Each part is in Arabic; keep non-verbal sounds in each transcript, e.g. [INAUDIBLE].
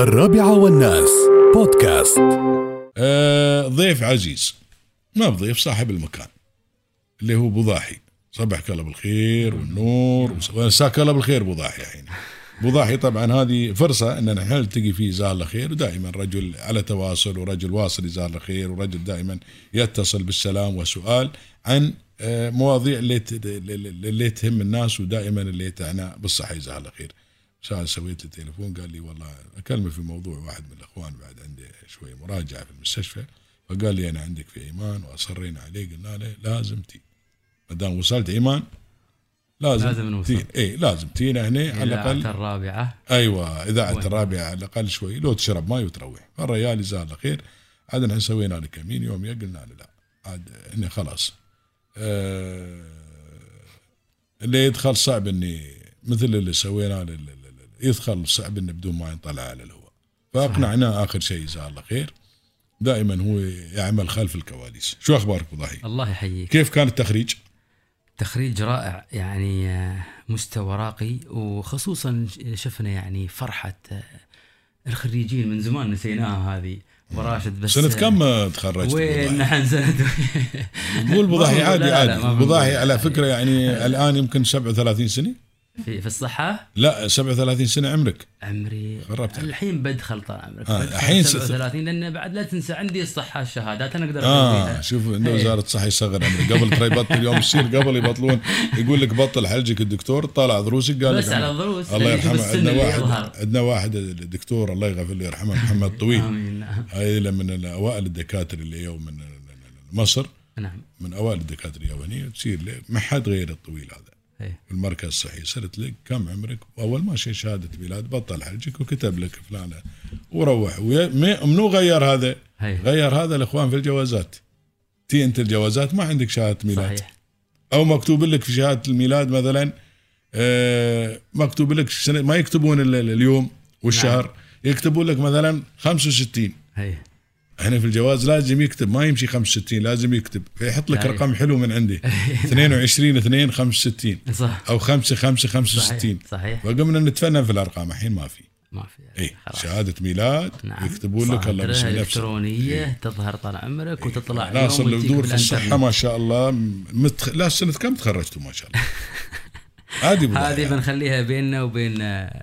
الرابعة والناس بودكاست آه ضيف عزيز ما بضيف صاحب المكان اللي هو بوضاحي صبحك الله بالخير والنور وس- ومساك الله بالخير بوضاحي يعني بوضاحي طبعا هذه فرصه اننا احنا نلتقي فيه جزاه الله خير ودائما رجل على تواصل ورجل واصل جزاه الله خير ورجل دائما يتصل بالسلام والسؤال عن آه، مواضيع اللي ت- اللي تهم الناس ودائما اللي تعنى بالصحه جزاه الله خير ساعة سويت له تليفون قال لي والله اكلمه في موضوع واحد من الاخوان بعد عنده شويه مراجعه في المستشفى فقال لي انا عندك في ايمان واصرينا عليه قلنا له لازم تي ما دام وصلت ايمان لازم لازم نوصل. تي اي لازم تينا هنا على الاقل الإذاعة الرابعة ايوه اذاعه وين؟ الرابعه على الاقل شوي لو تشرب ماي وتروح فالرجال جزاه الله خير عاد احنا سوينا له كمين يوم قلنا له لا عاد اني خلاص آه اللي يدخل صعب اني مثل اللي سوينا له- ل- ل- ل- يدخل صعب انه بدون ما ينطلع على الهواء فاقنعناه اخر شيء جزاه الله خير دائما هو يعمل خلف الكواليس شو اخبارك أبو ضحي الله يحييك كيف كان التخريج تخريج رائع يعني آه، مستوى راقي وخصوصا ش- شفنا يعني فرحة آه، الخريجين من زمان نسيناها هذه براشد بس سنه كم آه، آه، تخرجت أبو وين [LAUGHS] ضحي؟ نحن سنة قول بضاحي ما بقول- عادي لا- لا، عادي ما بقول. بضاحي على فكره [LAUGHS] يعني الان يمكن 37 سنه في, في الصحة لا 37 سنه [LAUGHS] عمرك عمري قربت. الحين بدخل طال عمرك آه، بدخل الحين س- 37 لان بعد لا تنسى عندي الصحة الشهادات انا اقدر اه أسويها. شوف انه إيه. وزاره الصحه يصغر عمرك قبل ترى يبطل يوم يصير قبل يبطلون يقول لك بطل حلجك الدكتور طلع ضروسك قال بس لك على عمرك. الضروس الله لأن يشوف يرحمه السن عندنا اللي واحد يظهر. عندنا واحد الدكتور الله يغفر له يرحمه محمد طويل امين هاي من اوائل الدكاتره اللي يوم من مصر نعم من اوائل الدكاتره اليابانيه تصير له ما حد غير الطويل هذا إيه. في المركز الصحي صرت لك كم عمرك اول ما شيء شهاده ميلاد بطل حجك وكتب لك فلانه وروح ويا- مي- منو غير هذا؟ هي. غير هذا الاخوان في الجوازات تي انت الجوازات ما عندك شهاده ميلاد صحيح. صحيح او مكتوب لك في شهاده الميلاد مثلا آه، مكتوب لك السنة- ما يكتبون ال- ال- اليوم والشهر نعم. يكتبون لك مثلا 65 هي. احنا في الجواز لازم يكتب ما يمشي 65 لازم يكتب فيحط لك لا، رقم حلو من [LAUGHS] عندي 22 2 65 صح او 5 5 65 صحيح صحيح فقمنا نتفنن في الارقام الحين ما في ما في يعني، اي خلاص شهاده ميلاد نعم. إيه، يكتبون لك الله بسم الله الله بسم- الكترونيه إيه. تظهر طال عمرك وتطلع اليوم ناصر وتجيك البدور في بالأنترنت. الصحه ما شاء الله متخ... لا سنه كم تخرجتوا ما شاء الله عادي بالله هذه يعني. بنخليها بيننا وبين آه،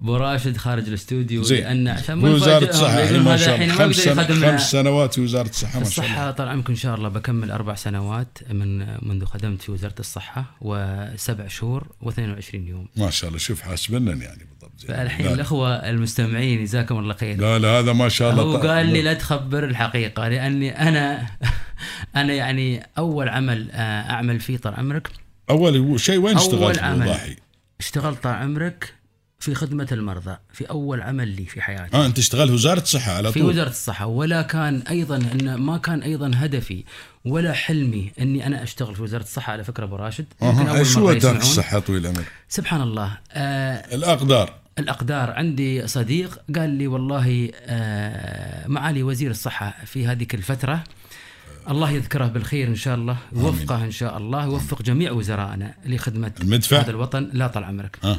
ابو راشد خارج الاستوديو زين. لان عشان ما وزاره نفاجئهم الصحه الحين يقولون ما هذا شاء الحين الله ما خمس, بده سنة... يخدمنا خمس سنوات في وزاره الصحه ما شاء الله الصحة طال عمرك إن شاء الله بكمل أربع سنوات من منذ خدمت في وزارة الصحة وسبع شهور و22 يوم ما شاء الله شوف حاسبنا يعني بالضبط زين. فالحين لا- الأخوة المستمعين جزاكم الله خير لا لا هذا ما شاء الله هو طيب. قال لي لا تخبر الحقيقة لأني أنا [LAUGHS] أنا يعني أول عمل آه، أعمل فيه طال عمرك اول شيء وين أول اشتغلت عمل. بالضاحي؟ اشتغلت طال عمرك في خدمة المرضى في أول عمل لي في حياتي اه انت اشتغلت وزاره الصحه على في طول وزارة الصحة ولا كان أيضا أن ما كان أيضا هدفي ولا حلمي أني أنا أشتغل في وزارة الصحة على فكرة أبو راشد يمكن اها أول شو مرة وداك يسمعون. الصحه طويل العمر؟ سبحان الله آه الاقدار الاقدار عندي صديق قال لي والله آه، معالي وزير الصحه في هذيك الفتره الله يذكره بالخير ان شاء الله يوفقه ان شاء الله يوفق جميع وزرائنا لخدمه المدفع؟ هذا الوطن لا طال عمرك ها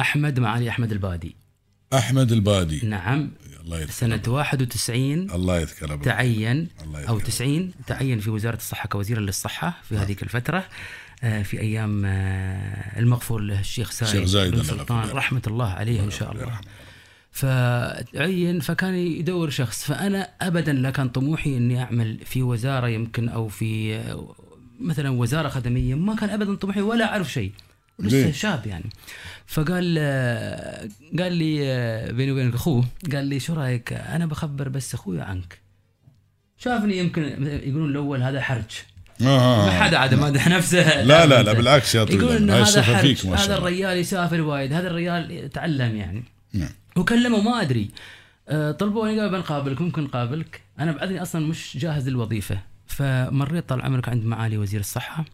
احمد معالي احمد البادي احمد البادي نعم الله يذكره سنه 91 الله يذكره بالخير. تعين الله او يذكره 90 تعين في وزاره الصحه كوزيرا للصحه في هذيك الفتره آه، في ايام آه، المغفور له الشيخ زايد الشيخ زايد بن الله يغفر سلطان له. رحمه الله عليه ان شاء الله فتعين فكان يدور شخص فانا ابدا لا كان طموحي اني اعمل في وزاره يمكن او في آه، مثلا وزاره خدميه ما كان ابدا طموحي ولا اعرف شيء ليه؟ لسه شاب يعني فقال آه، قال لي آه، بيني وبينك اخوه قال لي شو رايك انا بخبر بس اخوي عنك شافني يمكن يقولون الاول هذا حرج آه. ما حد عاد مادح نفسه لا لا لا بالعكس يا طويل يقول إن العمر هاي هذا الصفه حرج فيك ما هذا شاء الله الرجال يسافر وايد هذا الرجال تعلم يعني نعم. وكلمه ما ادري آه، طلبوني قالوا بنقابلك ممكن نقابلك انا بعدني اصلا مش جاهز للوظيفه فمريت طال عمرك عند معالي وزير الصحه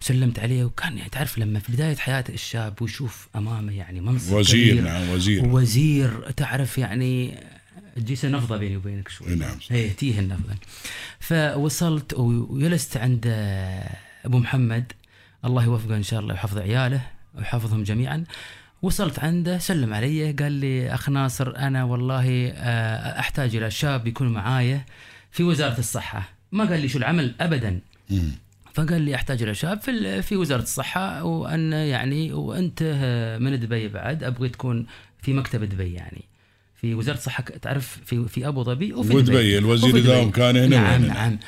وسلمت عليه وكان يعني تعرف لما في بدايه حياه الشاب ويشوف امامه يعني منصب وزير كبير، نعم وزير وزير تعرف يعني تجيسه نفضه بيني وبينك شوي نعم. ايه تيه النفضه فوصلت و- وجلست عند آه، ابو محمد الله يوفقه ان شاء الله ويحفظ عياله ويحفظهم جميعا وصلت عنده سلم علي قال لي اخ ناصر انا والله آه، احتاج الى شاب يكون معايا في وزاره الصحه ما قال لي شو العمل ابدا مم. فقال لي احتاج الى شاب في ال- في وزاره الصحه وان يعني وانت آه، من دبي بعد ابغي تكون في مكتب دبي يعني في وزاره الصحه ك- تعرف في في ابو ظبي وفي ودبي الوزير وفي ذا دبي. كان هنا يعني. نعم وهنا. نعم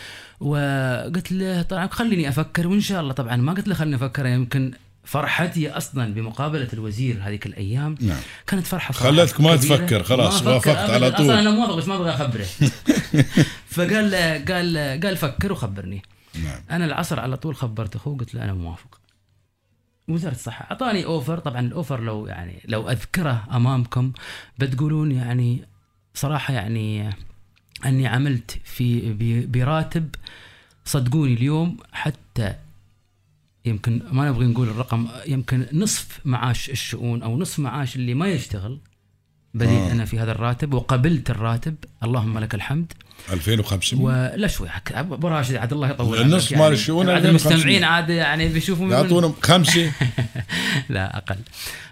وقلت له طبعا خليني افكر وان شاء الله طبعا ما قلت له خليني افكر يمكن فرحتي اصلا بمقابله الوزير هذيك الايام نعم كانت فرحه صراحة خلتك ما كبيرة. تفكر، خلاص، ما أفكر وافقت على أبداً. طول. اصلا انا موافق بس ما [LAUGHS] ابغى اخبره فقال له- قال له- قال فكر وخبرني نعم انا العصر على طول خبرت اخوه قلت له انا موافق وزاره الصحه اعطاني اوفر طبعا الاوفر لو يعني لو اذكره امامكم بتقولون يعني صراحه يعني اني عملت في ب- براتب صدقوني اليوم حتى يمكن ما نبغي نقول الرقم يمكن نصف معاش الشؤون او نصف معاش اللي ما يشتغل بديت آه. انا في هذا الراتب وقبلت الراتب اللهم لك الحمد 2500 ولا شوي حك- ابو راشد عاد الله يطول النص عمرك مال الشؤون عاد 2500. المستمعين عاد يعني بيشوفوا من- يعطونهم خمسه [LAUGHS] لا اقل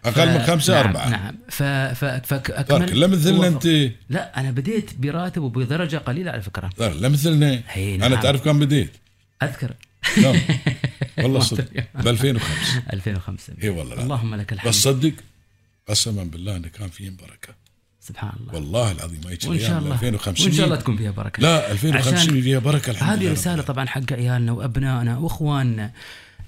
اقل من طيب، ف- خمسه نعم اربعه نعم ف ف ترك فاكمل لا مثلنا ووفق. انت لا انا بديت براتب وبدرجه قليله على فكره ترك لا مثلنا هي نعم. انا تعرف كم بديت اذكر كم [LAUGHS] والله ما صدق أدري. ب 2005 2005 اي والله العظيم. اللهم لك الحمد بس صدق قسما بالله انه كان فيه بركه سبحان الله والله العظيم ما يجي وان شاء ايام الله 2050 وان شاء الله تكون فيها بركه لا 2050 عشان فيها بركه الحمد لله هذه رب رسالة العالمين. طبعا حق عيالنا وأبنائنا وإخواننا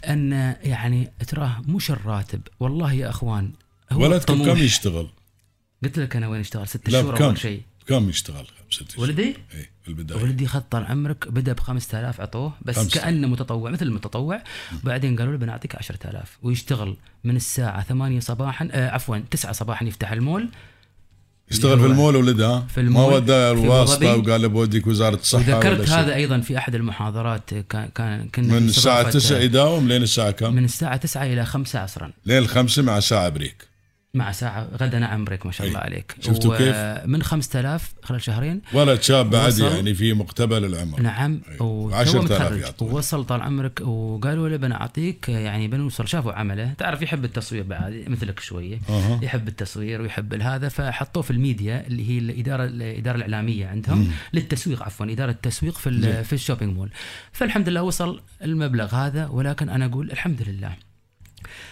أن يعني تراه مش الراتب والله يا إخوان هو ولدكم الطموح. كم يشتغل؟ قلت لك أنا وين اشتغل ست لا شهور بكم؟ أول شيء كم يشتغل؟ خمسة أشهر. ولدي اي في البدايه ولدي خط طال عمرك بدا ب 5000 عطوه بس خمسة. كانه متطوع مثل المتطوع بعدين قالوا له بنعطيك 10000 ويشتغل من الساعه 8 صباحا آه عفوا 9 صباحا يفتح المول يشتغل في المول ولد ها؟ في المول، ما ودى في الواسطه أبو ظبي. وقال له بوديك وزاره الصحه ولا وذكرت شيء. هذا ايضا في احد المحاضرات كان كان كنا من في الساعه استضافة- 9 يداوم لين الساعه كم؟ من الساعه 9 الى 5 عصرا لين الخمسة مع ساعه بريك مع ساعه غدا نعم بريك ما شاء أي. الله عليك شفتوا و- كيف؟ من 5000 خلال شهرين ولد شاب بعد وصل. يعني في مقتبل العمر نعم أي. وتو 10,000 متخرج أيوة. يعطوه. ووصل طال عمرك وقالوا له بنعطيك يعني بنوصل شافوا عمله تعرف يحب التصوير بعد مثلك شويه أها. يحب التصوير ويحب هذا فحطوه في الميديا اللي هي الاداره الاداره الاعلاميه عندهم مم. للتسويق عفوا اداره التسويق في ال- في الشوبينج مول فالحمد لله وصل المبلغ هذا ولكن انا اقول الحمد لله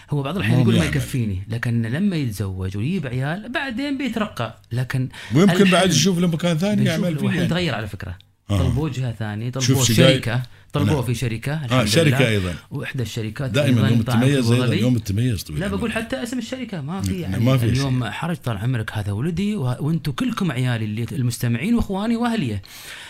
هو بعض الاحيان مو يقول ما بيعمل. يكفيني لكن لما يتزوج ويجيب عيال بعدين بيترقى لكن ويمكن بعد الحمد طيب، يشوف له مكان ثاني بنشوف يعمل لو فيه الحين يعني. تغير على فكره آه. طلبوه جهه ثانيه طلبوه شوف شي جاي. شركه طلبوه نعم. في شركه الحمد اه شركه لله. ايضا واحدى الشركات دائما يوم مطاعم في تميز أبو ايضا ظبي. يوم يعني. تميز لا بقول حتى اسم الشركه ما في يعني ما في اليوم حرج طال عمرك هذا ولدي وه- وانتم كلكم عيالي اللي المستمعين واخواني واهليه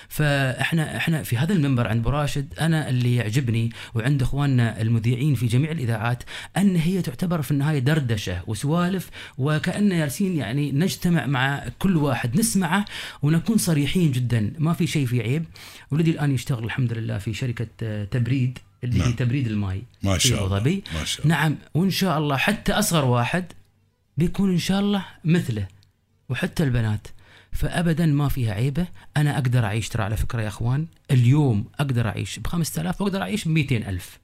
فاحنا احنا في هذا المنبر عند براشد انا اللي يعجبني وعند اخواننا المذيعين في جميع الاذاعات ان هي تعتبر في النهايه دردشه وسوالف وكاننا جالسين يعني نجتمع مع كل واحد نسمعه ونكون صريحين جدا ما في شيء في عيب ولدي الان يشتغل الحمد لله في شركه آه، تبريد اللي هي نعم. تبريد الماء ما في شاء أبو الله ظبي. ما شاء الله نعم وان شاء الله حتى اصغر واحد بيكون ان شاء الله مثله وحتى البنات فابدا ما فيها عيبه انا اقدر اعيش ترى على فكره يا اخوان اليوم اقدر اعيش ب 5000 واقدر اعيش ب 200000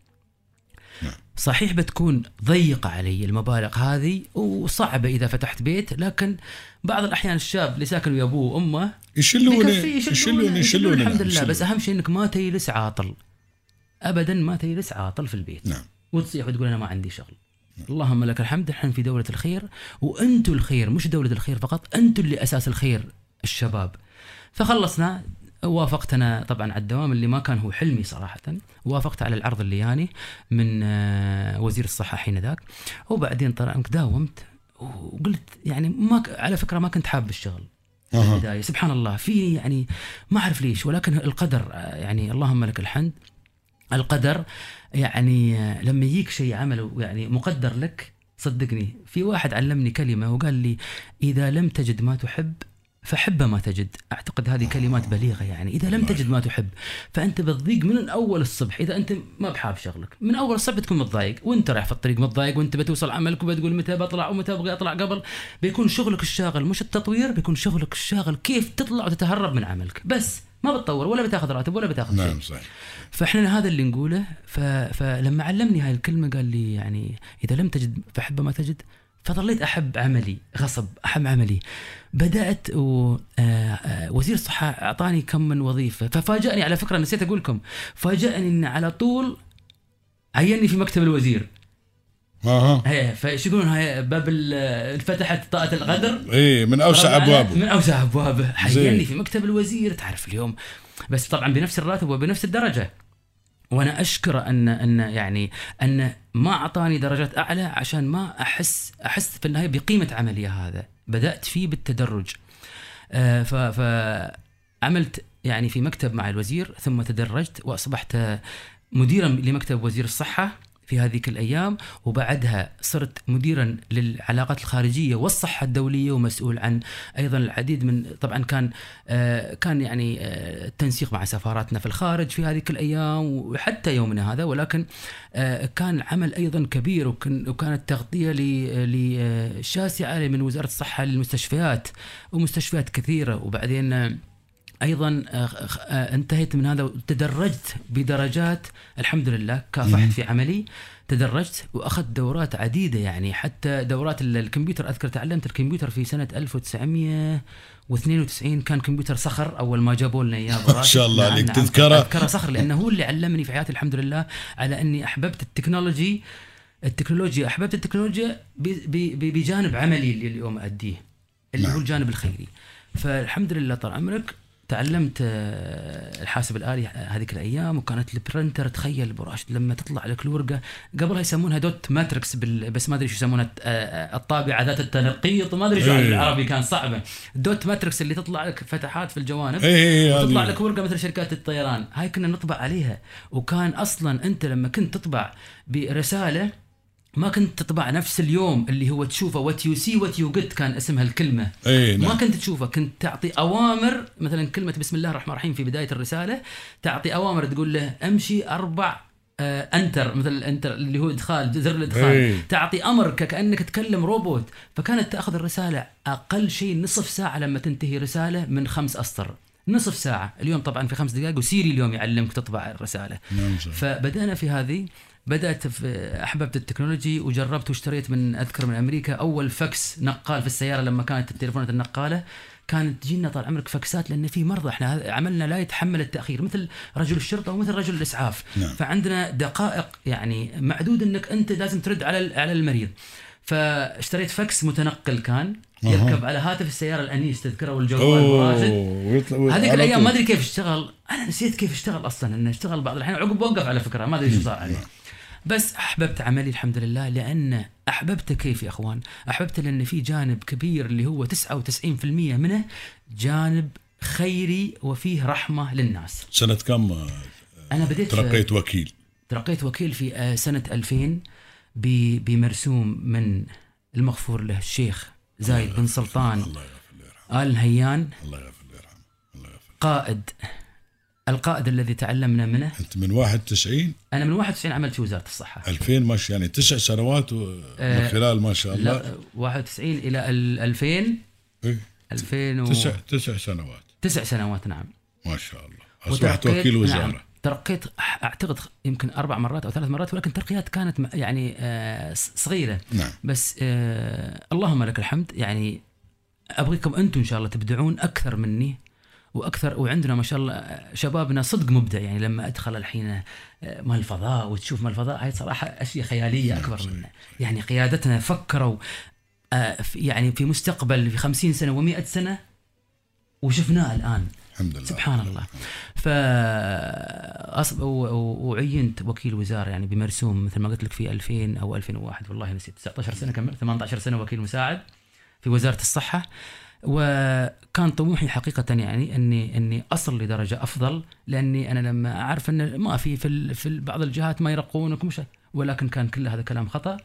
نعم. صحيح بتكون ضيقة علي المبالغ هذه وصعبة إذا فتحت بيت لكن بعض الأحيان الشاب اللي ساكن ويا أبوه وأمه يشلون بيكفيه، يشلون يشلون نعم، الحمد لله بس يشلون. أهم شيء إنك ما تجلس عاطل أبدا ما تجلس عاطل في البيت نعم وتصيح وتقول انا ما عندي شغل اللهم لك الحمد احنا في دولة الخير وانتم الخير مش دولة الخير فقط انتم اللي اساس الخير الشباب فخلصنا وافقتنا طبعا على الدوام اللي ما كان هو حلمي صراحة وافقت على العرض اللياني من آه، وزير الصحة حين ذاك وبعدين طبعا داومت وقلت يعني ما ك- على فكرة ما كنت حاب الشغل في اها البدايه سبحان الله في يعني ما اعرف ليش ولكن القدر آه، يعني اللهم لك الحمد القدر يعني آه، لما يجيك شيء عمله يعني مقدر لك صدقني في واحد علمني كلمه وقال لي اذا لم تجد ما تحب فحب ما تجد اعتقد هذه كلمات بليغه يعني اذا لم تجد ما تحب فانت بتضيق من اول الصبح اذا انت ما بحاب شغلك من اول الصبح بتكون متضايق وانت رايح في الطريق متضايق وانت بتوصل عملك وبتقول متى بطلع ومتى ابغى اطلع قبل بيكون شغلك الشاغل مش التطوير بيكون شغلك الشاغل كيف تطلع وتتهرب من عملك بس ما بتطور ولا بتاخذ راتب ولا بتاخذ شيء نعم صحيح فاحنا هذا اللي نقوله ف... فلما علمني هاي الكلمه قال لي يعني اذا لم تجد فحب ما تجد فظليت احب عملي غصب احب عملي بدات و... آه، آه، وزير الصحه اعطاني كم من وظيفه ففاجئني على فكره نسيت اقول لكم فاجئني ان على طول عيني في مكتب الوزير اها هي فايش يقولون هاي باب ال- آه، انفتحت طاقه الغدر ايه من اوسع طبعاً ابوابه من اوسع ابوابه زين. حيني في مكتب الوزير تعرف اليوم بس طبعا بنفس الراتب وبنفس الدرجه وانا اشكره ان ان يعني ان ما اعطاني درجات اعلى عشان ما احس احس في النهايه بقيمه عملي هذا بدات فيه بالتدرج آه، ف ف عملت يعني في مكتب مع الوزير ثم تدرجت واصبحت آه، مديرا لمكتب وزير الصحه في هذيك الايام وبعدها صرت مديرا للعلاقات الخارجيه والصحه الدوليه ومسؤول عن ايضا العديد من طبعا كان آه، كان يعني آه، التنسيق مع سفاراتنا في الخارج في هذيك الايام وحتى يومنا هذا ولكن آه، كان عمل ايضا كبير وكن- وكانت تغطيه ل- ل- شاسعه من وزاره الصحه للمستشفيات ومستشفيات كثيره وبعدين آه، ايضا آه، خ- آه، انتهيت من هذا وتدرجت بدرجات الحمد لله كافحت في عملي تدرجت واخذت دورات عديده يعني حتى دورات ال- الكمبيوتر اذكر تعلمت الكمبيوتر في سنه 1992 كان كمبيوتر صخر اول ما جابوا [LAUGHS] لنا اياه براتب. شاء الله نعم، عليك. نعم، تذكره؟ اذكره صخر لانه هو اللي علمني في حياتي الحمد لله على اني احببت التكنولوجي التكنولوجيا احببت التكنولوجيا ب- ب- ب- بجانب عملي اللي اليوم اديه اللي هو الجانب الخيري فالحمد لله طال عمرك تعلمت آه، الحاسب الالي هذيك الايام وكانت البرنتر تخيل ابو راشد لما تطلع لك الورقه قبلها يسمونها دوت ماتريكس بال... بس ما ادري شو يسمونها آه، آه، الطابعه ذات التنقيط وما ادري شو إيه. العربي كان صعبه دوت ماتريكس اللي تطلع لك فتحات في الجوانب إيه، إيه، هذه. تطلع لك لك ورقه مثل شركات الطيران هاي كنا نطبع عليها وكان اصلا انت لما كنت تطبع برساله ما كنت تطبع نفس اليوم اللي هو تشوفه وات يو سي وات يو جيت كان اسمها الكلمه إيه، نعم. ما كنت تشوفه كنت تعطي اوامر مثلا كلمه بسم الله الرحمن الرحيم في بدايه الرساله تعطي اوامر تقول له امشي اربع آه، انتر مثل الانتر اللي هو ادخال زر الادخال إيه. تعطي امر كانك تكلم روبوت فكانت تاخذ الرساله اقل شيء نصف ساعه لما تنتهي رساله من خمس اسطر نصف ساعة اليوم طبعا في خمس دقائق وسيري اليوم يعلمك تطبع الرسالة نعم، صحيح. فبدأنا في هذه بدأت في أحببت التكنولوجي وجربت واشتريت من أذكر من أمريكا أول فكس نقال في السيارة لما كانت التليفونات النقالة كانت تجينا طال عمرك فكسات لان في مرضى احنا عملنا لا يتحمل التاخير مثل رجل الشرطه ومثل رجل الاسعاف نعم. فعندنا دقائق يعني معدود انك انت لازم ترد على ال- على المريض فاشتريت فكس متنقل كان أها. يركب على هاتف السياره الانيس تذكره والجوال براشد اوه ويطلع- ويطلع هذيك على الايام طول. ما ادري كيف اشتغل انا نسيت كيف اشتغل اصلا انه اشتغل بعض الاحيان عقب وقف على فكره ما ادري شو صار نعم. عليه بس احببت عملي الحمد لله لان احببته كيف يا اخوان احببته لان في جانب كبير اللي هو 99% منه جانب خيري وفيه رحمه للناس سنه كم آه، انا بديت في- ترقيت وكيل ترقيت وكيل في آه، سنة 2000 ب- بمرسوم من المغفور له الشيخ زايد بن سلطان الله يغفر له ويرحمه آل نهيان الله يغفر له ويرحمه الله يغفر قائد القائد الذي تعلمنا منه انت من 91 أنا من 91 عملت في وزارة الصحة 2000 ما شاء يعني تسع سنوات و- من خلال ما شاء الله آه، لا 91 إلى ال- 2000 إيه، 2000 و... تسع تسع سنوات تسع سنوات نعم ما شاء الله اصبحت وترقيت- وكيل نعم وزاره ترقيت أح- اعتقد يمكن اربع مرات او ثلاث مرات ولكن ترقيات كانت م- يعني آه، ص- صغيره نعم بس آه اللهم لك الحمد يعني ابغيكم انتم ان شاء الله تبدعون اكثر مني واكثر وعندنا ما شاء الله آه، شبابنا صدق مبدع يعني لما ادخل الحين آه، مال الفضاء وتشوف مال الفضاء هاي صراحه اشياء خياليه نعم، اكبر منا يعني قيادتنا فكروا آه، في- يعني في مستقبل في 50 سنه و100 سنه وشفناه الان الحمد لله سبحان الله ف أصب... و... و... وعينت وكيل وزاره يعني بمرسوم مثل ما قلت لك في 2000 او 2001 والله نسيت 19 سنه كملت 18 سنه وكيل مساعد في وزاره الصحه وكان طموحي حقيقه يعني اني اني اصل لدرجه افضل لاني انا لما اعرف ان ما في في, ال... في ال- بعض الجهات ما يرقونك مش ولكن كان كل هذا كلام خطا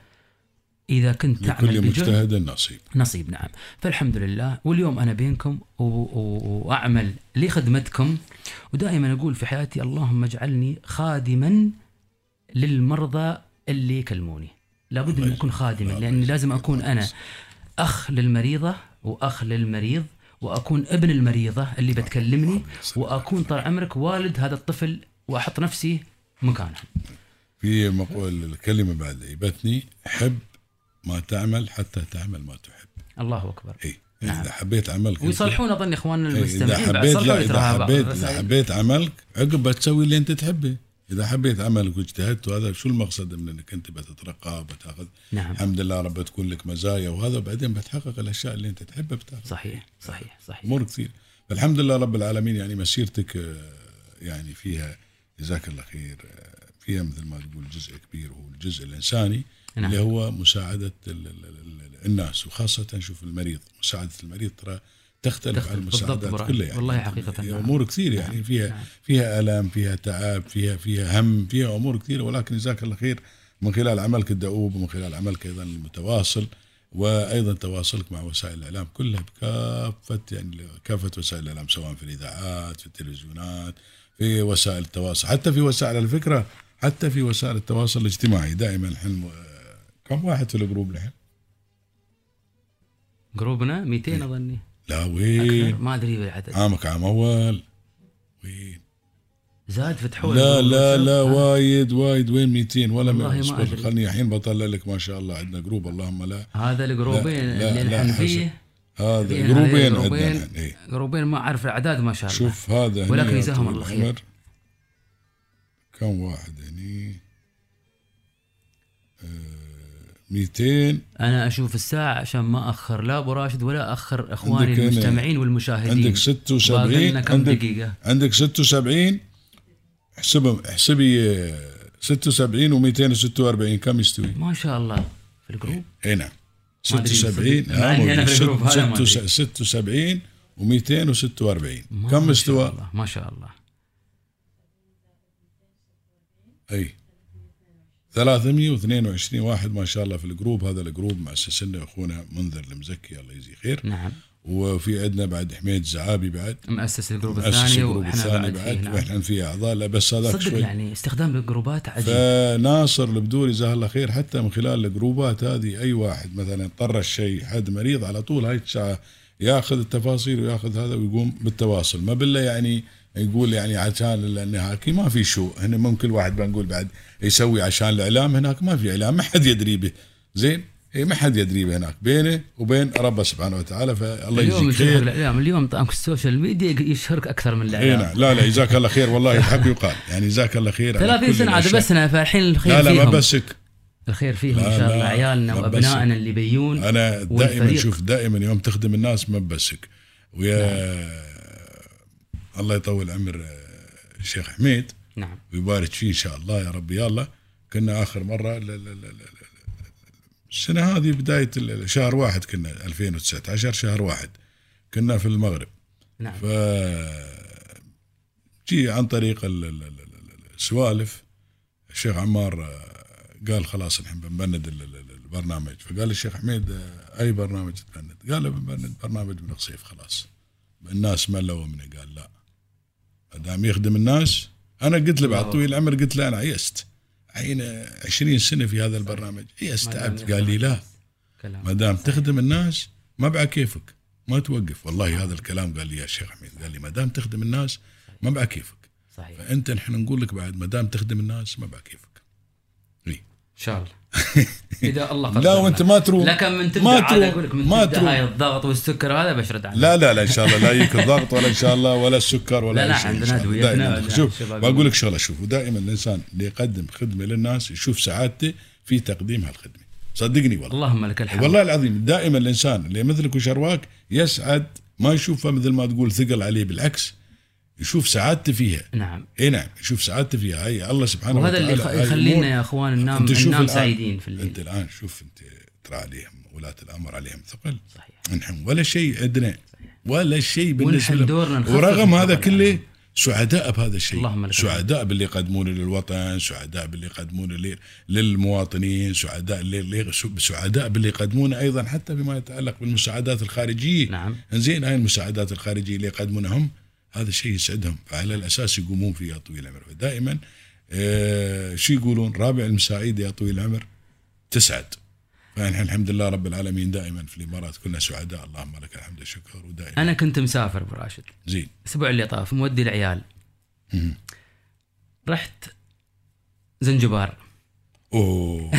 اذا كنت تعمل لكل بجهد مجتهد نصيب نصيب نعم فالحمد لله واليوم انا بينكم و- و- واعمل لخدمتكم ودائما اقول في حياتي اللهم اجعلني خادما للمرضى اللي يكلموني لابد ان اكون خادما لاني لازم اكون انا اخ للمريضه واخ للمريض واكون ابن المريضه اللي بتكلمني واكون طال عمرك والد هذا الطفل واحط نفسي مكانه في مقول الكلمه بعد عيبتني حب ما تعمل حتى تعمل ما تحب الله اكبر اي يعني اذا حبيت عملك أنت- ويصلحون اظن اخواننا إيه، اذا نعم. المستمعين بعد نعم. حبيت صلحوا لا اذا يتراها بعض حبيت اذا الرسائل. حبيت عملك عقب تسوي اللي انت تحبه اذا حبيت عملك واجتهدت وهذا شو المقصد من انك انت بتترقى وبتاخذ نعم الحمد لله رب تكون لك مزايا وهذا بعدين بتحقق الاشياء اللي انت تحبها بتاخذ صحيح صحيح صحيح امور كثير فالحمد لله رب العالمين يعني مسيرتك آه، يعني فيها جزاك الله خير آه، فيها مثل ما تقول جزء كبير هو الجزء الانساني نعم. اللي هو مساعده ال- ال- ال- ال- الناس وخاصه شوف المريض مساعده المريض ترى تختلف تختلف، عن بالضبط، المساعدات برا- كلها يعني والله حقيقة هي نعم. امور كثير نعم، يعني فيها نعم. فيها الام فيها تعب فيها فيها هم فيها امور كثيره ولكن جزاك الله خير من خلال عملك الدؤوب ومن خلال عملك ايضا المتواصل وايضا تواصلك مع وسائل الاعلام كلها بكافه يعني كافه وسائل الاعلام سواء في الاذاعات في التلفزيونات في وسائل التواصل حتى في وسائل على الفكره حتى في وسائل التواصل الاجتماعي دائما نحن كم واحد في الجروب نحن؟ جروبنا 200 اظني لا أكثر، وين؟ ما ادري بالعدد عامك عام اول وين؟ زاد فتحوا لا الجروب لا واتساب. لا آه. وايد وايد وين 200 ولا والله ما ما اصبر أدري. خلني الحين بطلع لك ما شاء الله عندنا جروب اللهم لا هذا الجروبين لا، اللي لا، نحن حسن. فيه هذا فيها جروبين هذين عندنا جروبين. الحين إيه. جروبين ما اعرف الاعداد ما شاء الله شوف هذا هني ولكن يا جزاهم طويل الله خير. العمر. كم واحد هني؟ آه، 200 انا اشوف الساعه عشان ما اخر لا ابو راشد ولا اخر اخواني عندك هنا- المستمعين والمشاهدين عندك باقي 76 لنا كم عندك دقيقه عندك 76 احسبهم احسبي آه، 76 و246 كم يستوي؟ ما شاء الله في الجروب اي نعم ما أدري 76 مع إني أنا في الجروب هذا ما أدري. 76 و246 ما كم شاء استوى؟ الله، ما شاء الله اي 322 واحد ما شاء الله في الجروب هذا الجروب مؤسس لنا اخونا منذر المزكي الله يجزيه خير نعم وفي عندنا بعد حميد الزعابي بعد مؤسس الجروب مؤسس الثاني الجروب واحنا الثاني بعد فيه بعد نعم. واحنا في اعضاء لا بس هذاك صدق شوي يعني استخدام الجروبات عجيب فناصر البدوري جزاه الله خير حتى من خلال الجروبات هذه اي واحد مثلا طرش شيء حد مريض على طول هاي الساعه ياخذ التفاصيل وياخذ هذا ويقوم بالتواصل ما بالله يعني يقول يعني عشان لان هاكي ما في شو هنا ممكن واحد بنقول بعد يسوي عشان الاعلام هناك ما في اعلام ما حد يدري به زين إيه ما حد يدري به هناك بينه وبين ربه سبحانه وتعالى فالله اليوم يجزيك يشهرك خير الاعلام اليوم طبعاً السوشيال ميديا يشهرك اكثر من إيه الاعلام نعم. لا لا جزاك الله خير والله يحب يقال يعني جزاك الله خير على 30 كل سنه عاد الأشياء. بسنا فالحين الخير لا لا ما فيهم بسك الخير فيهم لا، ان شاء لا، الله عيالنا لا، بس- وابنائنا اللي بيجون انا دائما والفريق. شوف دائما يوم تخدم الناس ما بسك ويا الله يطول عمر آه، الشيخ حميد نعم ويبارك فيه ان شاء الله يا رب يلا كنا اخر مره لا- لا- لا- لا- لا- السنه هذه بدايه ال- شهر واحد كنا 2019 شهر واحد كنا في المغرب نعم ف جي عن طريق ال- ال- ال- ال- السوالف الشيخ عمار آه، قال خلاص الحين بنبند ال- ال- ال- البرنامج فقال الشيخ حميد آه، اي برنامج تبند؟ قال بنبند برنامج من الصيف خلاص الناس ملوا منه قال لا ما دام يخدم الناس انا قلت له بعد طويل العمر قلت له انا عيست عين آه، 20 سنه في هذا البرنامج عيست تعبت قال لي لا كلام ما دام تخدم الناس ما بعد كيفك ما توقف والله هذا الكلام قال لي يا شيخ حميد قال لي ما دام تخدم الناس ما بعد كيفك صحيح ان فانت نحن نقول لك بعد ما دام تخدم الناس ما بعد كيفك إيه. شاء [LAUGHS] الله اذا الله قدرنا لا وانت ما تروح لكن من تبدا ما ما عاد تروح. اقول لك من ما تبدا تروح. هاي الضغط والسكر هذا بشرد عنه لا لا لا ان شاء الله لا يجيك الضغط ولا ان شاء الله ولا السكر ولا لا، لا، أي شيء إن عندنا شاء الله. أدوية. دائماً لا، لا، عندك. شوف شباب. بقول لك شغله شوف ودائما الانسان اللي يقدم خدمه للناس يشوف سعادته في تقديم هالخدمه صدقني والله اللهم لك الحمد والله العظيم دائما الانسان اللي مثلك وشرواك يسعد ما يشوفها مثل ما تقول ثقل عليه بالعكس يشوف سعادته فيها نعم اي نعم يشوف سعادته فيها هاي الله سبحانه وهذا وتعالى اللي يخ- هاي يخلينا الأمور. يا اخوان ننام أنت شوف ننام الآن- سعيدين في الليل انت الان شوف انت ترى عليهم ولاة الامر عليهم ثقل صحيح نحن ولا شيء عندنا ولا شيء بالنسبه ونحن لهم دورنا نخفف ورغم من هذا ثقل كله سعداء بهذا اللهم الشيء لك سعداء باللي يقدمونه للوطن سعداء باللي يقدمونه ل- للمواطنين سعداء اللي- اللي- سعداء باللي يقدمونه ايضا حتى فيما يتعلق بالمساعدات الخارجيه نعم. زين هاي المساعدات الخارجيه اللي يقدمونها هم هذا شيء يسعدهم فعلى الاساس يقومون فيه يا طويل العمر دائما آه شو يقولون رابع المساعيد يا طويل العمر تسعد فنحن الحمد لله رب العالمين دائما في الامارات كنا سعداء اللهم لك الحمد والشكر ودائما انا كنت مسافر ابو راشد زين الاسبوع اللي طاف مودي العيال رحت زنجبار [LAUGHS] اوه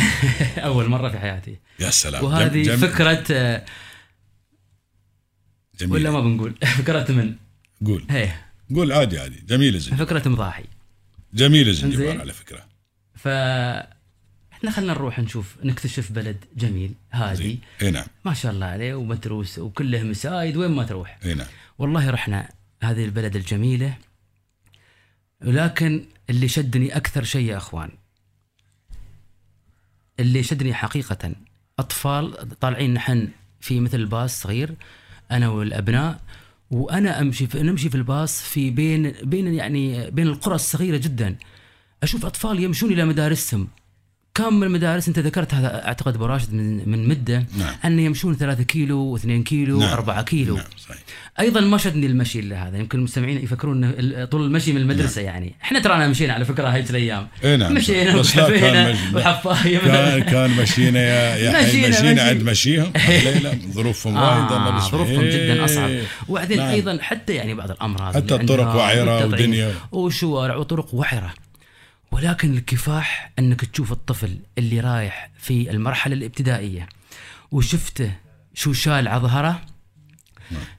اول مره في حياتي يا سلام جم- وهذه جم- فكره آه، جميلة. ولا ما بنقول [LAUGHS] فكره من قول هي قول عادي عادي جميله زنجبار فكره مضاحي جميله زنجبار إنزين. على فكره ف احنا خلينا نروح نشوف نكتشف بلد جميل هادي زين اي نعم ما شاء الله عليه ومتروس وكله مسايد وين ما تروح اي نعم والله رحنا هذه البلد الجميله ولكن اللي شدني اكثر شيء يا اخوان اللي شدني حقيقه اطفال طالعين نحن في مثل باص صغير انا والابناء وانا امشي في نمشي في الباص في بين بين يعني بين القرى الصغيره جدا اشوف اطفال يمشون الى مدارسهم كم من المدارس انت ذكرت هذا اعتقد براشد من من مده نعم. ان يمشون 3 كيلو و2 كيلو نعم. و4 كيلو نعم صحيح ايضا ما شدني المشي الا هذا يمكن المستمعين يفكرون إنه ال- طول المشي من المدرسه يعني احنا ترانا مشينا على فكره هيك الايام إيه نعم، مشينا بس لا كان وحفينا مجد. وحفايه كان كان مشينا يا يا حي مشينا، مشينا مشينا. عند [LAUGHS] مشيهم الليله ظروفهم وايد الله آه بس- ظروفهم جدا اصعب إيه. وبعدين نعم. ايضا حتى يعني بعض الامراض حتى اللي الطرق عندها وعرة والتضعيف والدنيا. وشوارع وطرق وعره ولكن الكفاح انك تشوف الطفل اللي رايح في المرحله الابتدائيه وشفته شو شال على ظهره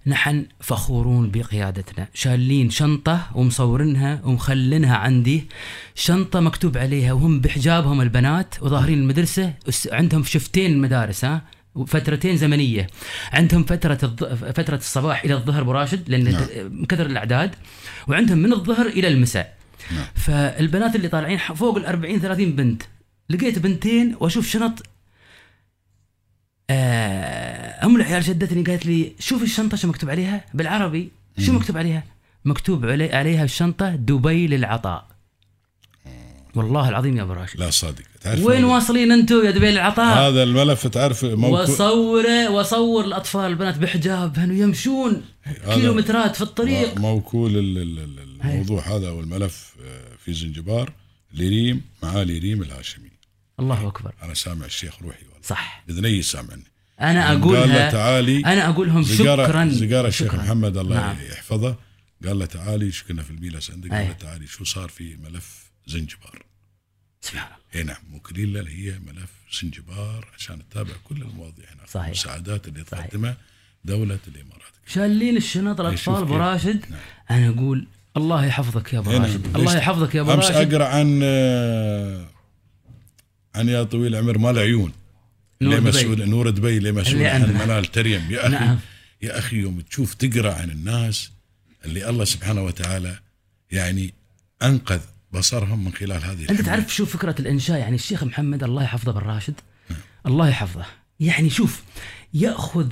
نحن فخورون بقيادتنا شالين شنطة ومصورينها ومخلينها عندي شنطة مكتوب عليها وهم بحجابهم البنات وظاهرين المدرسة وس- عندهم شفتين المدارس ها وفترتين زمنية عندهم فترة الظ... فترة الصباح إلى الظهر براشد لأن نعم. نعم. كثر الأعداد وعندهم من الظهر إلى المساء نعم. فالبنات اللي طالعين ح- فوق ال 40 30 بنت لقيت بنتين واشوف شنط آه، ام العيال شدتني قالت لي شوف الشنطه شو مكتوب عليها بالعربي شو إيه. مكتوب عليها؟ مكتوب علي عليها الشنطه دبي للعطاء والله العظيم يا ابو راشد إيه. لا صادق تعرف وين هذا- واصلين انتم يا دبي للعطاء؟ هذا الملف تعرف موقف وصوره واصور الاطفال البنات بحجابهن ويمشون هذا- كيلومترات في الطريق موكول ال- ال- ال- الموضوع هذا والملف آه، في زنجبار لريم معالي ريم الهاشمي الله اكبر انا سامع الشيخ روحي والله صح اذني سامعني انا قال له اقولها تعالي انا اقول لهم زقارة شكرا زقارة الشيخ شكراً. محمد الله نعم. يحفظه قال له تعالي شو كنا في الميلا سندق قال أي. له تعالي شو صار في ملف زنجبار سبحان الله اي نعم وقليل له هي ملف زنجبار عشان تتابع كل المواضيع هنا صحيح. المساعدات اللي تقدمها دولة الامارات شالين الشنط شوف الاطفال كيف. ابو راشد نعم. انا اقول الله يحفظك يا ابو إيه نعم. راشد الله ليش- يحفظك يا ابو امس راشد اقرا عن آه، عن يا طويل العمر مال عيون نور اللي دبي. مسؤول نور دبي اللي مسؤول اللي عن عندنا. منال تريم يا اخي نعم. يا اخي يوم تشوف تقرا عن الناس اللي الله سبحانه وتعالى يعني انقذ بصرهم من خلال هذه انت الحملة. تعرف شو فكره الانشاء يعني الشيخ محمد الله يحفظه بالراشد الله يحفظه يعني شوف ياخذ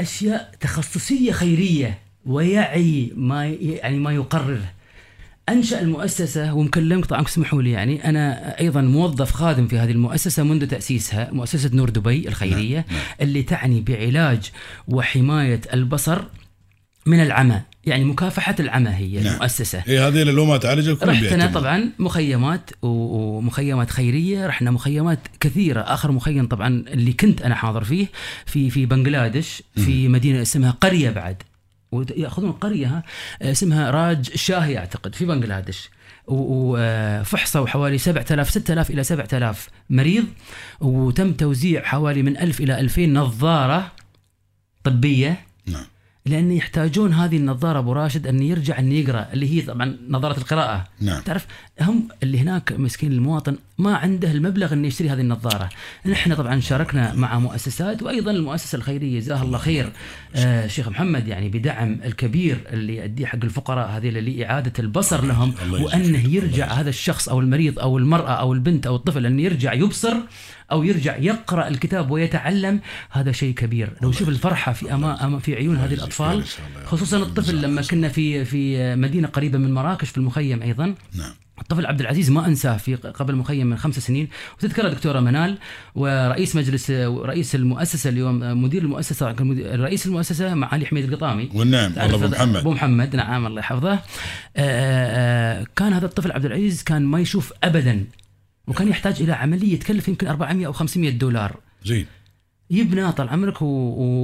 اشياء تخصصيه خيريه ويعي ما ي- يعني ما يقرره انشا المؤسسه ومكلمك طبعا اسمحوا لي يعني انا ايضا موظف خادم في هذه المؤسسه منذ تاسيسها مؤسسه نور دبي نعم. الخيريه اللي تعني بعلاج وحمايه البصر من العمى يعني مكافحه العمى هي نعم. المؤسسه إيه هذه اللي لو ما تعالجها كل رحتنا بيعتمد. طبعا مخيمات و- ومخيمات خيريه رحنا مخيمات كثيره اخر مخيم طبعا اللي كنت انا حاضر فيه في في بنغلاديش في مدينه اسمها قريه بعد وياخذون قريه ها اسمها راج شاهي اعتقد في بنغلاديش وفحصوا حوالي 7000 6000 الى 7000 مريض وتم توزيع حوالي من 1000 الى 2000 نظاره طبيه نعم لان يحتاجون هذه النظاره ابو راشد ان يرجع ان يقرا اللي هي طبعا نظاره القراءه نعم تعرف هم اللي هناك مسكين المواطن ما عنده المبلغ انه يشتري هذه النظاره نحن طبعا شاركنا مع مؤسسات وايضا المؤسسه الخيريه جزاها الله خير آه شيخ محمد يعني بدعم الكبير اللي يؤديه حق الفقراء هذه لاعاده البصر لهم الله يجزيك. وانه يرجع هذا الشخص او المريض او المراه او البنت او الطفل ان يرجع يبصر او يرجع يقرا الكتاب ويتعلم هذا شيء كبير لو شوف الفرحه في أما أما في عيون هذه يجزيك خير الاطفال إن شاء الله يا رب. خصوصا الطفل لما كنا في في مدينه قريبه من مراكش في المخيم ايضا نعم الطفل عبد العزيز ما انساه في قبل مخيم من خمس سنين وتذكره دكتوره منال ورئيس مجلس رئيس المؤسسه اليوم مدير المؤسسه كان مدير- رئيس المؤسسه معالي حميد القطامي والنعم والله ابو تعرف هذا- ابو محمد محمد نعم الله يحفظه آه، آه، كان هذا الطفل عبد العزيز كان ما يشوف ابدا وكان يحتاج الى عمليه تكلف يمكن 400 او 500 دولار زين يبنى طال عمرك و...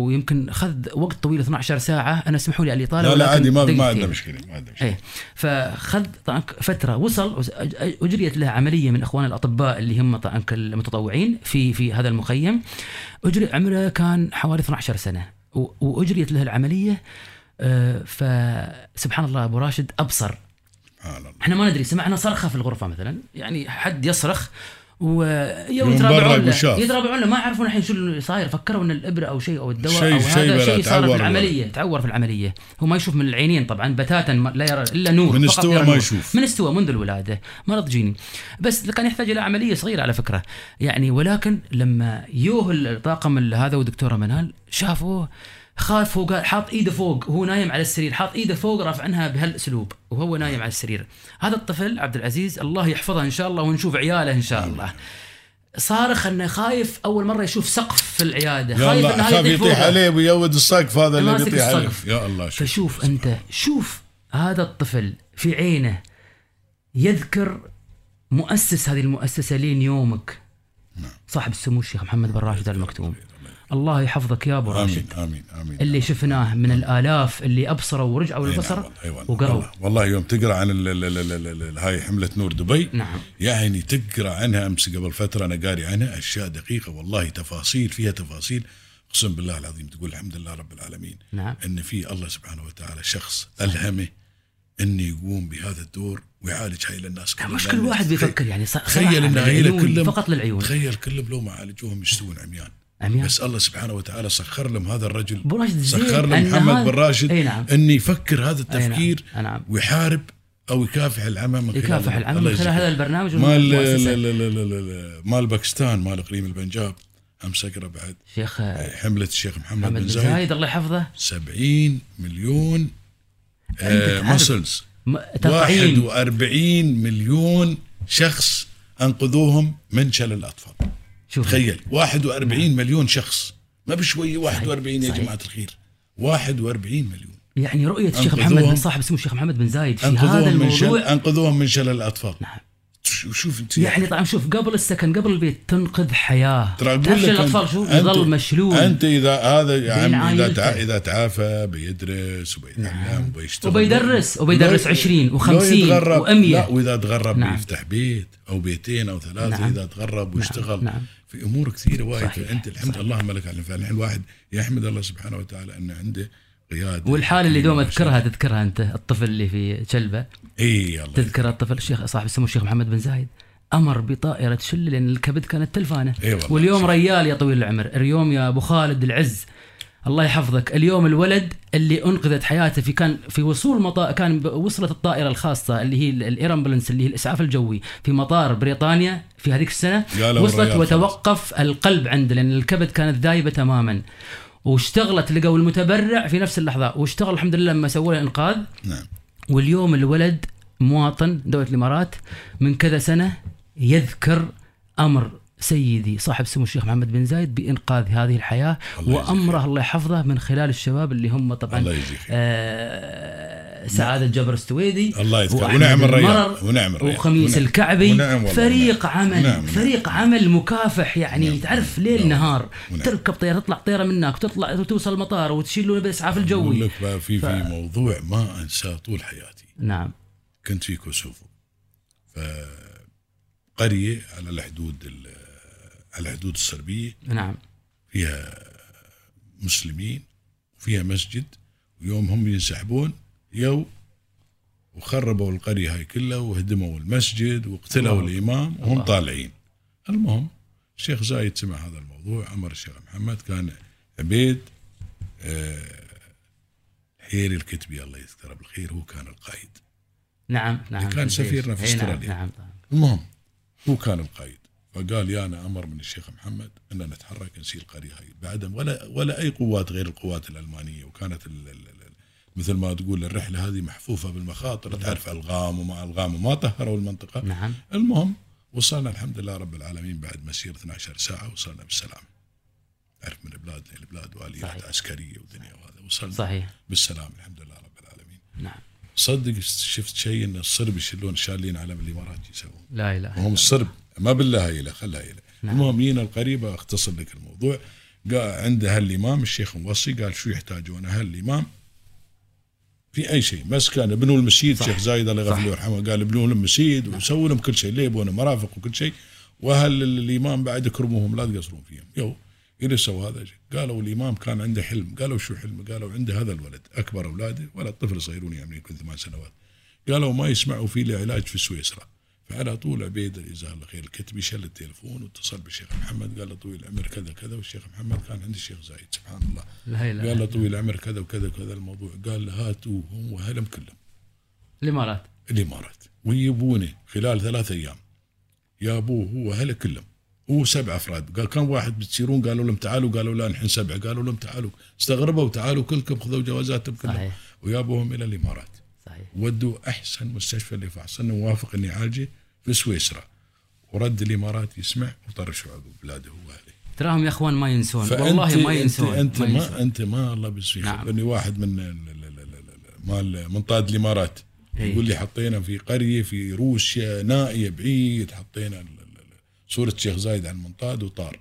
ويمكن خذ وقت طويل 12 ساعه انا اسمحوا لي على الاطاله لا لا ولكن عادي ما ما عندنا دقيقتين. مشكله ما عندنا مشكله ايه فخذ طبعاً فتره وصل وأج- اجريت له عمليه من اخوان الاطباء اللي هم طبعا المتطوعين في في هذا المخيم اجري عمره كان حوالي 12 سنه و- واجريت له العمليه آه، فسبحان الله ابو راشد ابصر سبحان الله احنا ما ندري سمعنا صرخه في الغرفه مثلا يعني حد يصرخ من برا ويترابعون له يشاف. يترابعون له ما يعرفون الحين شو اللي صاير فكروا ان الابره او شيء او الدواء شيء- او شيء هذا بلا، شيء صار في تعور العمليه تعور في العمليه هو ما يشوف من العينين طبعا بتاتا ما- لا يرى الا نور من فقط استوى يرى ما نور. يشوف. من استوى منذ الولاده مرض جيني بس كان يحتاج الى عمليه صغيره على فكره يعني ولكن لما يوهل الطاقم ال- هذا ودكتوره منال شافوه خاف هو قال حاط ايده فوق هو نايم على السرير حاط ايده فوق رافع عنها بهالاسلوب وهو نايم على السرير هذا الطفل عبد العزيز الله يحفظه ان شاء الله ونشوف عياله ان شاء الله صارخ انه خايف اول مره يشوف سقف في العياده يا خايف الله انه اخاف هذا يطيح عليه ويود السقف هذا اللي ماسك بيطيح عليه السقف. يا الله شوف فشوف انت شوف هذا الطفل في عينه يذكر مؤسس هذه المؤسسه لين يومك صاحب السمو الشيخ محمد بن راشد المكتوم الله يحفظك يا ابو راشد امين امين امين اللي شفناه من الالاف اللي ابصروا ورجعوا أي نعم للبصر والله، أي والله، وقروا والله- والله يوم تقرا عن ال ال ال ال ال ال هاي حمله نور دبي نعم. يعني تقرا عنها امس قبل فتره انا قاري عنها اشياء دقيقه والله تفاصيل فيها تفاصيل اقسم بالله العظيم تقول الحمد لله رب العالمين نعم. ان في الله سبحانه وتعالى شخص الهمه انه يقوم بهذا الدور ويعالج هاي للناس كلها إيه، مش لأن كل واحد تخيل- بيفكر يعني ص- صراحة تخيل ان عيله للعيون، كلهم فقط للعيون تخيل كلهم لو ما عالجوهم يستوون عميان عميان. بس الله سبحانه وتعالى سخر لهم هذا الرجل أبو راشد زين سخر أن لهم محمد هذا- بن راشد أي نعم. ان يفكر هذا أي نعم، التفكير أي نعم. ويحارب او يكافح العمى من خلال يكافح العمل الله من خلال يجزيك. هذا البرنامج مال والمؤسسة. لا- لا- لا- لا- لا- لا- مال باكستان مال اقليم البنجاب امس اقرا بعد شيخ حمله الشيخ محمد محمد بن بن زايد زايد الله يحفظه 70 مليون آه، أنت تعرف مسلز م- تطعيم 41 مليون شخص انقذوهم من شلل الاطفال شوف تخيل 41 نعم. مليون شخص ما بشوي 41 يا جماعه الخير 41 مليون يعني رؤيه الشيخ أنقذوهم. محمد بن صاحب سمو الشيخ محمد بن زايد في هذا انقذوهم من شلل الموضوع انقذوهم من شلل الاطفال نعم. شو- شوف انت يعني طبعا شوف قبل السكن قبل البيت تنقذ حياه ترى اقول تعرف لك الاطفال أنت- شو أنت- يظل مشلول انت اذا هذا يا بين عمي اذا عائلته. تع... اذا تعافى بيدرس وبيتعلم وبيشتغل نعم. وبيدرس- وبيدرس لو- 20 و50 لو يتغرب- و100. لا واذا تغرب نعم. نعم. بيفتح بيت او بيتين او ثلاثه نعم. نعم. اذا تغرب واشتغل نعم. نعم. في امور كثيره وايد صحيح. فانت الحمد صحيح. صحيح. اللهم لك الحمد فالحين الواحد يحمد الله سبحانه وتعالى انه عنده قياده والحاله اللي دوم اذكرها تذكرها انت الطفل اللي في شلبه اي الله تذكر الطفل الشيخ صاحب السمو الشيخ محمد بن زايد امر بطائره شل لان الكبد كانت تلفانه إي والله. واليوم ريال يا طويل العمر اليوم يا ابو خالد العز الله يحفظك اليوم الولد اللي انقذت حياته في كان في وصول مطار كان ب- وصلت الطائره الخاصه اللي هي ال- الايرامبلنس اللي هي الاسعاف الجوي في مطار بريطانيا في هذيك السنه يا لو وصلت الريال وتوقف القلب عنده لان الكبد كانت ذايبه تماما واشتغلت لقوا المتبرع في نفس اللحظه واشتغل الحمد لله لما سووا له انقاذ نعم واليوم الولد مواطن دولة الإمارات من كذا سنة يذكر أمر سيدي صاحب سمو الشيخ محمد بن زايد بإنقاذ هذه الحياة الله يجزيه وأمره الله يحفظه من خلال الشباب اللي هم طبعا الله يجزيك آه سعادة جبر السويدي الله يذكره. وأحمد ونعم الرياض. المرر ونعم الرياض. وخميس ونعم. الكعبي ونعم والله. فريق عمل ونعم. فريق عمل مكافح يعني ونعم. تعرف ليل ونعم. نهار ونعم. تركب طيارة تطلع طيارة من هناك وتطلع وتوصل المطار وتشيل له بالإسعاف اقول الجوي لك بقى في في موضوع ما انساه طول حياتي نعم كنت في كوسوفو فقرية على الحدود ال- على الحدود الصربية نعم فيها مسلمين وفيها مسجد ويوم هم ينسحبون يو وخربوا القرية هاي كلها وهدموا المسجد واقتلوا الله. الإمام وهم طالعين المهم الشيخ زايد سمع هذا الموضوع أمر الشيخ محمد كان عبيد آه، حيري الكتبي الله يذكره بالخير هو كان القائد نعم نعم كان في الجيش. سفيرنا في إي أستراليا. نعم نعم المهم هو كان القائد فقال يا انا امر من الشيخ محمد ان نتحرك نسير القريه هاي بعدم ولا ولا اي قوات غير القوات الالمانيه وكانت ال ال ال مثل ما تقول الرحله هذه محفوفه بالمخاطر تعرف الغام وما الغام وما طهروا المنطقه نعم المهم وصلنا الحمد لله رب العالمين بعد مسير 12 ساعه وصلنا بالسلام تعرف من بلاد لبلاد واليات صحيح. عسكريه ودنيا وهذا وصلنا صحيح بالسلام الحمد لله رب العالمين نعم صدق شفت شيء ان الصرب يشيلون شالين علم الامارات يسوون لا اله وهم الصرب ما بالله هيله خلها هيله نعم. المهم جينا القريبه اختصر لك الموضوع قا- عندها الامام الشيخ موصي قال شو يحتاجون اهل الامام في اي شيء بس كان بنوا المسجد شيخ زايد الله يغفر له ويرحمه قال بنوا لهم مسجد وسووا لهم كل شيء ليه يبون مرافق وكل شيء واهل الامام بعد اكرموهم لا تقصرون فيهم يو اللي سوى هذا الشيء قالوا الامام كان عنده حلم قالوا شو حلم قالوا عنده هذا الولد اكبر اولاده ولد طفل صغيرون يعني يمكن ثمان سنوات قالوا ما يسمعوا فيه لعلاج في سويسرا فعلى طول عبيد جزاه الله خير الكتبي شل التليفون واتصل بالشيخ محمد قال له طويل العمر كذا كذا والشيخ محمد كان عند الشيخ زايد سبحان الله لا قال لا له طويل العمر كذا وكذا وكذا الموضوع قال هاتوهم وهلم كلهم الامارات الامارات ويجيبونه خلال ثلاثة ايام يا ابوه هو هلك كلهم هو سبع افراد قال كم واحد بتسيرون قالوا لهم تعالوا قالوا لا نحن سبعه قالوا لهم تعالوا استغربوا تعالوا كلكم خذوا جوازاتهم كلهم صحيح. ويابوهم الى الامارات صحيح ودوا احسن مستشفى اللي في احسن موافق اني عالجه في سويسرا ورد الامارات يسمع وطرشوا عقب بلاده واهله تراهم يا اخوان ما ينسون فأنت- والله ما أنت- ينسون انت ما ينسون. ما انت ما الله بيسفيك نعم. نعم. اني واحد من ال- ال- ال- ال- ال- مال منطاد الامارات إيه. يقول لي حطينا في قريه في روسيا نائيه بعيد حطينا ال- ال- ال- صوره الشيخ زايد على المنطاد وطار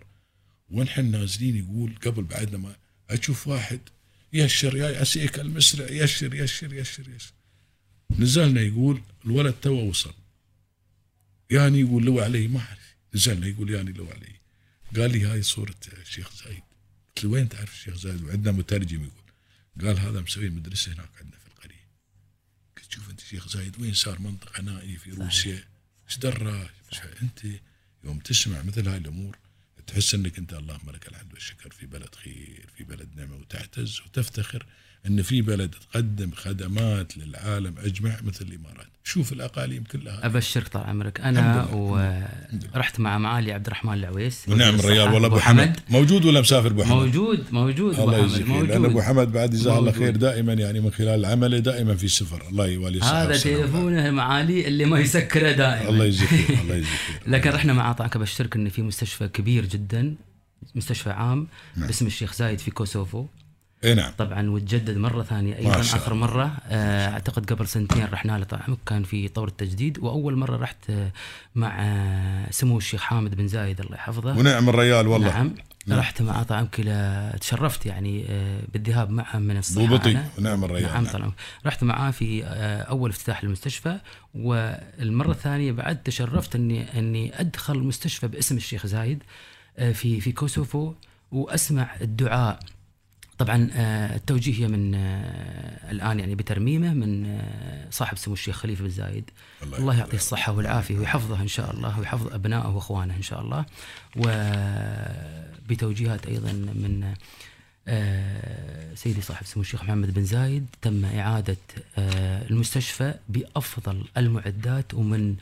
ونحن نازلين يقول قبل بعدنا ما اشوف واحد يشر يا يعسيك المسرع يشر يشر يشر يشر نزلنا يقول الولد تو وصل يعني يقول لو علي ما اعرف نزلنا يقول يعني لو علي قال لي هاي صورة الشيخ زايد قلت له وين تعرف الشيخ زايد وعندنا مترجم يقول قال هذا مسوي مدرسة هناك عندنا في القرية قلت شوف انت الشيخ زايد وين صار منطقة نائية في روسيا ايش دراك إيش ه- انت يوم تسمع مثل هاي الامور تحس انك انت اللهم لك الحمد والشكر في بلد خير في بلد نعمة وتعتز وتفتخر ان في بلد تقدم خدمات للعالم اجمع مثل الامارات شوف الاقاليم كلها ابشرك طال عمرك انا ورحت مع معالي عبد الرحمن العويس ونعم الريال والله ابو حمد موجود ولا مسافر ابو حمد؟ موجود موجود ابو الله حمد يجزيك خير لان ابو موجود حمد بعد جزاه الله موجود. خير دائما يعني من خلال عمله دائما في سفر الله يواليه الصحه هذا والسلامة. تليفونه معالي اللي ما يسكره دائما الله يجزيك خير الله يجزيك خير لكن رحنا مع طاقة بالشركة ان في مستشفى كبير جدا مستشفى عام نعم. باسم الشيخ زايد في كوسوفو اي نعم طبعا وتجدد مره ثانيه ايضا ما شاء اخر مره آه، اعتقد قبل سنتين رحنا له طبعا كان في طور التجديد واول مره رحت آه، مع آه، سمو الشيخ حامد بن زايد الله يحفظه ونعم الريال والله نعم رحت مع طعم كلا تشرفت يعني آه، بالذهاب معه من الصحة ابو بطي أنا. ونعم الريال نعم نعم طبعا رحت معاه في آه، اول افتتاح المستشفى والمره الثانيه بعد تشرفت اني اني ادخل المستشفى باسم الشيخ زايد آه، في في كوسوفو واسمع الدعاء طبعا آه، التوجيه هي من آه، الان يعني بترميمه من آه، صاحب سمو الشيخ خليفه بن زايد الله الله يعطيه الصحه والعافيه ويحفظه ان شاء الله ويحفظ ابنائه واخوانه ان شاء الله وبتوجيهات ايضا من آه، سيدي صاحب سمو الشيخ محمد بن زايد تم اعاده آه، المستشفى بافضل المعدات ومن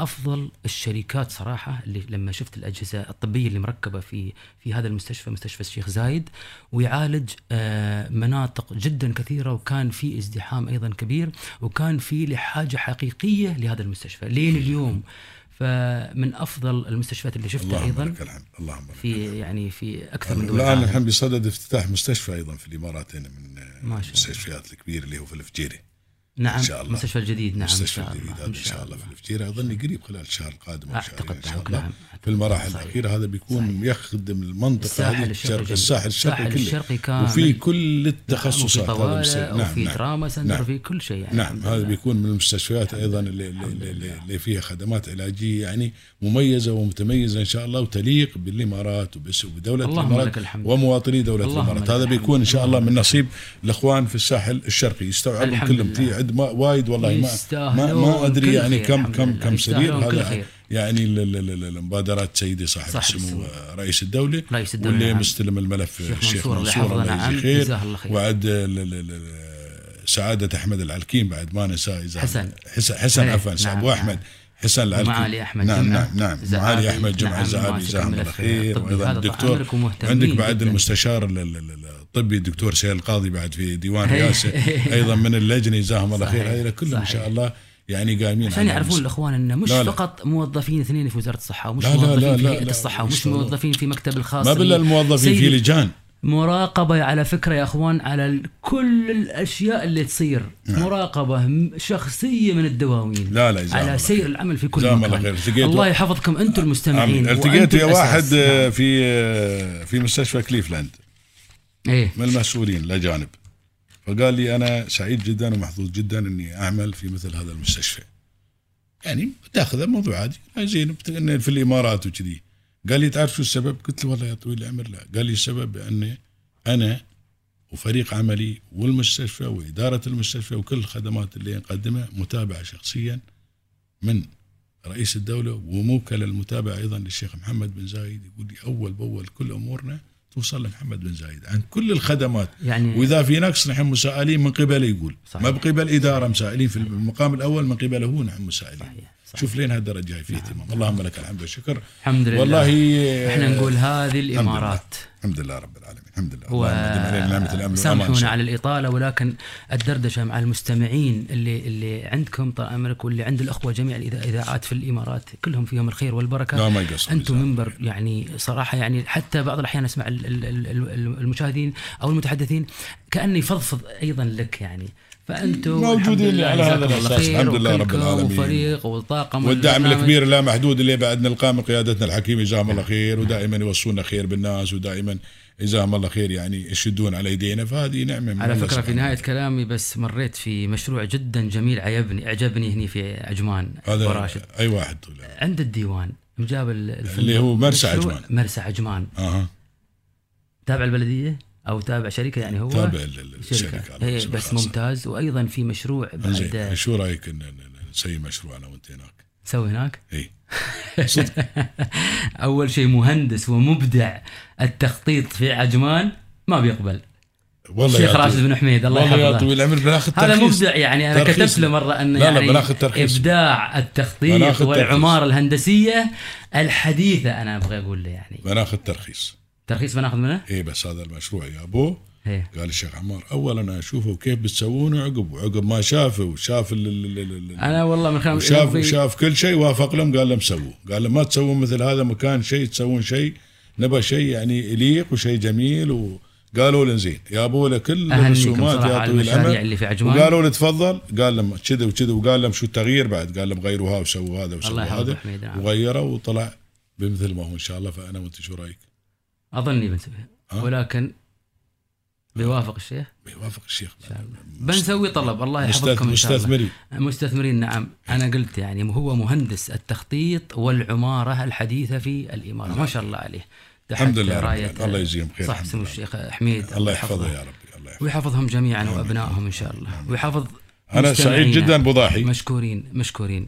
افضل الشركات صراحه اللي لما شفت الاجهزه الطبيه اللي مركبه في في هذا المستشفى مستشفى الشيخ زايد ويعالج آه، مناطق جدا كثيره وكان في ازدحام ايضا كبير وكان في لحاجه حقيقيه لهذا المستشفى لين اليوم فمن افضل المستشفيات اللي شفتها اللهم ايضا لك الحمد اللهم لك طيب، في يعني في اكثر من دول الان العالم. الحين بصدد افتتاح مستشفى ايضا في الامارات هنا من ما شاء الله. المستشفيات الكبيره اللي هو في الفجيره نعم إن شاء الله. المستشفى الجديد نعم مستشفى إن شاء الجديد الله. هذا ان شاء الله في الفجيره اظني قريب خلال الشهر القادم أو أعتقد شهرين ان شاء نعم، الله نعم. في المراحل صحيح. الاخيره هذا بيكون يخدم المنطقه الساحل هذه الشرق الشرقي جميل. الساحل الشرقي الساحل كله الشرقي كامل. وفي كل وفي التخصصات هذا طوارئ بيصير- وفي دراما سنتر نعم. في كل شيء يعني نعم هذا بيكون من المستشفيات ايضا اللي, اللي, اللي, اللي فيها خدمات علاجيه يعني مميزه ومتميزه ان شاء الله وتليق بالامارات وبس- وبدوله اللهم الامارات لك الحمد. ومواطني دوله اللهم لك الامارات هذا الحمد. بيكون ان شاء الله من نصيب الاخوان في الساحل الشرقي يستوعبهم الحمد كلهم لله. في عد ما- وايد والله ما ما, يستاهلون ما ادري كل يعني خير، كم الحمد كم لله. كم سرير يستاهلون كل هذا خير. يعني ال- ال- ال- ال- المبادرات سيدي صاحب, صاحب السمو السمو. رئيس الدوله رئيس الدولة، واللي نعم. مستلم الملف الشيخ الشيخ منصور، الله منصور يحفظه، الله نعم، يجزيه جزاه الله خير خير. وعد ال- ال- ال- ال- سعاده احمد العلكيم بعد ما ننساه إذا- حسن. حسن حسن إيه، عفوا نعم، ابو نعم. احمد حسن العلكيم معالي أحمد نعم جمعة. نعم نعم زعابي. معالي احمد جمعه نعم، زعابي ماسك جزاهم الله الملف خير الطبي. وايضا هذا الدكتور طعامكم مهتمين عندك بعد جداً. المستشار ال- ال- ال- الطبي الدكتور سهيل القاضي بعد في ديوان إيه، [LAUGHS] رئاسه إيه. ايضا من اللجنه جزاهم الله خير صحيح، هذول كلهم ان شاء صحيح. الله يعني قايمين عشان على يعرفون المس- الاخوان انه مش لا، لا. فقط موظفين اثنين في وزاره الصحه ومش لا، لا، موظفين لا، في لا، هيئه لا، الصحه ومش يشتغلون. موظفين في مكتب الخاص ما بالله اللي الموظفين في سيد- لجان مراقبة على فكرة يا أخوان على ال- كل الأشياء اللي تصير مراقبة م- شخصية من الدواوين نعم. لا لا جزاهم الله على سير العمل في كل جزاهم الله مكان خير. التقيت الله وا- يحفظكم أنتم المستمعين عمي، التقيت وأنتم يا الأساس. واحد نعم. آه، في آه، في مستشفى كليفلاند إيه من المسؤولين الاجانب فقال لي انا سعيد جدا ومحظوظ جدا اني اعمل في مثل هذا المستشفى يعني تاخذه موضوع عادي آه، زين بت- إن في الامارات وكذي قال لي تعرف شو السبب؟ قلت له والله يا طويل العمر لا قال لي السبب ان انا وفريق عملي والمستشفى واداره المستشفى وكل الخدمات اللي نقدمها متابعه شخصيا من رئيس الدولة وموكل المتابعة أيضا للشيخ محمد بن زايد يقول لي أول بأول كل أمورنا توصل لمحمد بن زايد عن كل الخدمات يعني وإذا في نقص نحن مسائلين من قبله يقول صحيح. صحيح. ما بقبل إدارة مسائلين في المقام الأول من قبله هو نحن مسائلين صحيح، صحيح. صحيح. نعم. شوف لين هالدرجة هاي في اهتمام اللهم لك الحمد والشكر الحمد لله والله احنا آه، نقول هذه الحمد لله. الامارات الحمد لله رب العالمين الحمد لله و اللهم أدم علينا نعمة الأمن والأمان. سامحونا على الاطاله ولكن الدردشه مع المستمعين اللي اللي عندكم طال عمرك واللي عند الاخوه جميع الإذا- الاذاعات في الامارات كلهم فيهم الخير والبركه لا ما يقصر انتم منبر يعني صراحه يعني حتى بعض الاحيان اسمع ال- ال- ال- ال- المشاهدين او المتحدثين كاني فضفض ايضا لك يعني فانتم موجودين الحمد لله على هذا جزاكم الله الأساس. خير الحمد لله رب وكلكم العالمين. وفريق والطاقم والدعم والبرنامج. الكبير لا محدود اللي بعد نلقاه من قيادتنا الحكيم جزاهم الله خير ودائما يوصونا خير بالناس ودائما جزاهم الله خير يعني يشدون على ايدينا فهذه نعمه من على الله فكرة في سبحانه نهاية كلامي بس مريت في مشروع جدا جميل عجبني عجبني هني في عجمان هذا وراشد اي واحد طول. عند الديوان مجاب ال- الفندق. اللي هو مرسى مشروع- عجمان. مرسى عجمان اها تابع البلدية أو تابع شركة يعني هو تابع ال- ال- الشركة شركة على إيه اسم بس الخاصة. ممتاز وأيضا في مشروع زين بعد شو رايك إن- إن- إن نسوي مشروع انا وانت هناك؟ إيه. سوي هناك [LAUGHS] اي أول شيء مهندس ومبدع التخطيط في عجمان ما بيقبل والله الشيخ يا راشد طويل- بن حميد الله والله يا يحفظه طويل العمر بناخذ هذا ترخيص. مبدع يعني انا ترخيص. كتبت له مره انه لا لا، يعني بناخذ ترخيص. ابداع التخطيط بناخذ ترخيص. والعماره الهندسيه الحديثه انا ابغى اقول له يعني بناخذ ترخيص ترخيص بناخذ منه؟ اي بس هذا المشروع يا ابو ايه قال الشيخ عمار اول انا اشوفه كيف بتسوونه عقب وعقب ما شافه وشاف ال- ال- ال- ال- انا والله من خلال وشاف في- وشاف كل شيء وافق لهم قال لهم سووه قال لهم ما تسوون مثل هذا مكان شيء تسوون شيء نبى شيء يعني يليق وشيء جميل وقالوا له زين جابوا له كل اهنيكم الرسومات صراحه يا على طويل المشاريع العمر اللي في عجمان وقالوا له تفضل قال لهم كذا وكذا وقال لهم شو التغيير بعد قال لهم غيروها وسووا هذا وسووا الله يحفظك هذا حميد، نعم. وغيره وطلع بمثل ما هو ان شاء الله فانا وانت شو رايك؟ اظني بنسويها ها؟ ولكن بيوافق الشيخ بيوافق إيه، الشيخ بنسوي طلب الله مستثمر يحفظكم ان شاء الله مستثمري مستثمرين نعم انا قلت يعني هو مهندس التخطيط والعماره الحديثه في الاماره ما شاء الله عليه تحت الحمد لله رب راية- العالمين. الله يجزيهم خير صح الحمد سمو لله. الشيخ حميد الله يحفظه يا ربي الله يحفظه ويحفظهم جميعا وابنائهم ان شاء الله ويحفظ انا سعيد مستمعينا. جدا بضاحي مشكورين مشكورين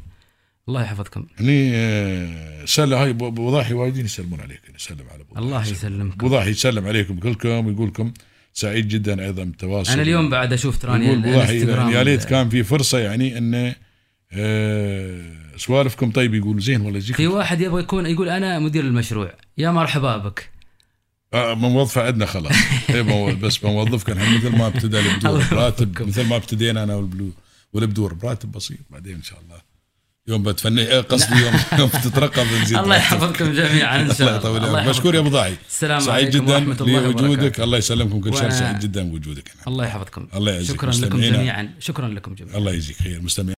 الله يحفظكم هني آه، سل هاي ب- بوضاحي وايدين يسلمون عليك يسلم على بوضاحي الله يسلمك بوضاحي يسلم عليكم كلكم ويقول لكم سعيد جدا ايضا بتواصل انا اليوم بعد اشوف تراني يقول بوضاحي يعني الانستغرام يا ليت كان في فرصه يعني ان آه، سوالفكم طيب يقول زين والله في يجيك واحد يبغى يكون يقول انا مدير المشروع يا مرحبا بك آه، موظفه عندنا [LAUGHS] خلاص إيه، مو- بس موظفك الحين مثل ما ابتدى البدور الله براتب يوفقكم. مثل ما ابتدينا انا والبلو والبدور براتب بسيط بعدين ان شاء الله يوم بتفني آه، قصدي يوم يوم تترقى [LAUGHS] بنزيد نعم. الله يحفظكم جميعا [LAUGHS] ان الله شاء الله يطول الله عمرك مشكور يا ابو ضاحي السلام سعيد عليكم جدا ورحمة الله لوجودك وبركاته. الله يسلمكم كل شهر وأنا- سعيد جدا بوجودك الله يحفظكم الله يعزك شكرا لكم مستمعينا. جميعا شكرا لكم جميعا الله يجزيك خير مستمعين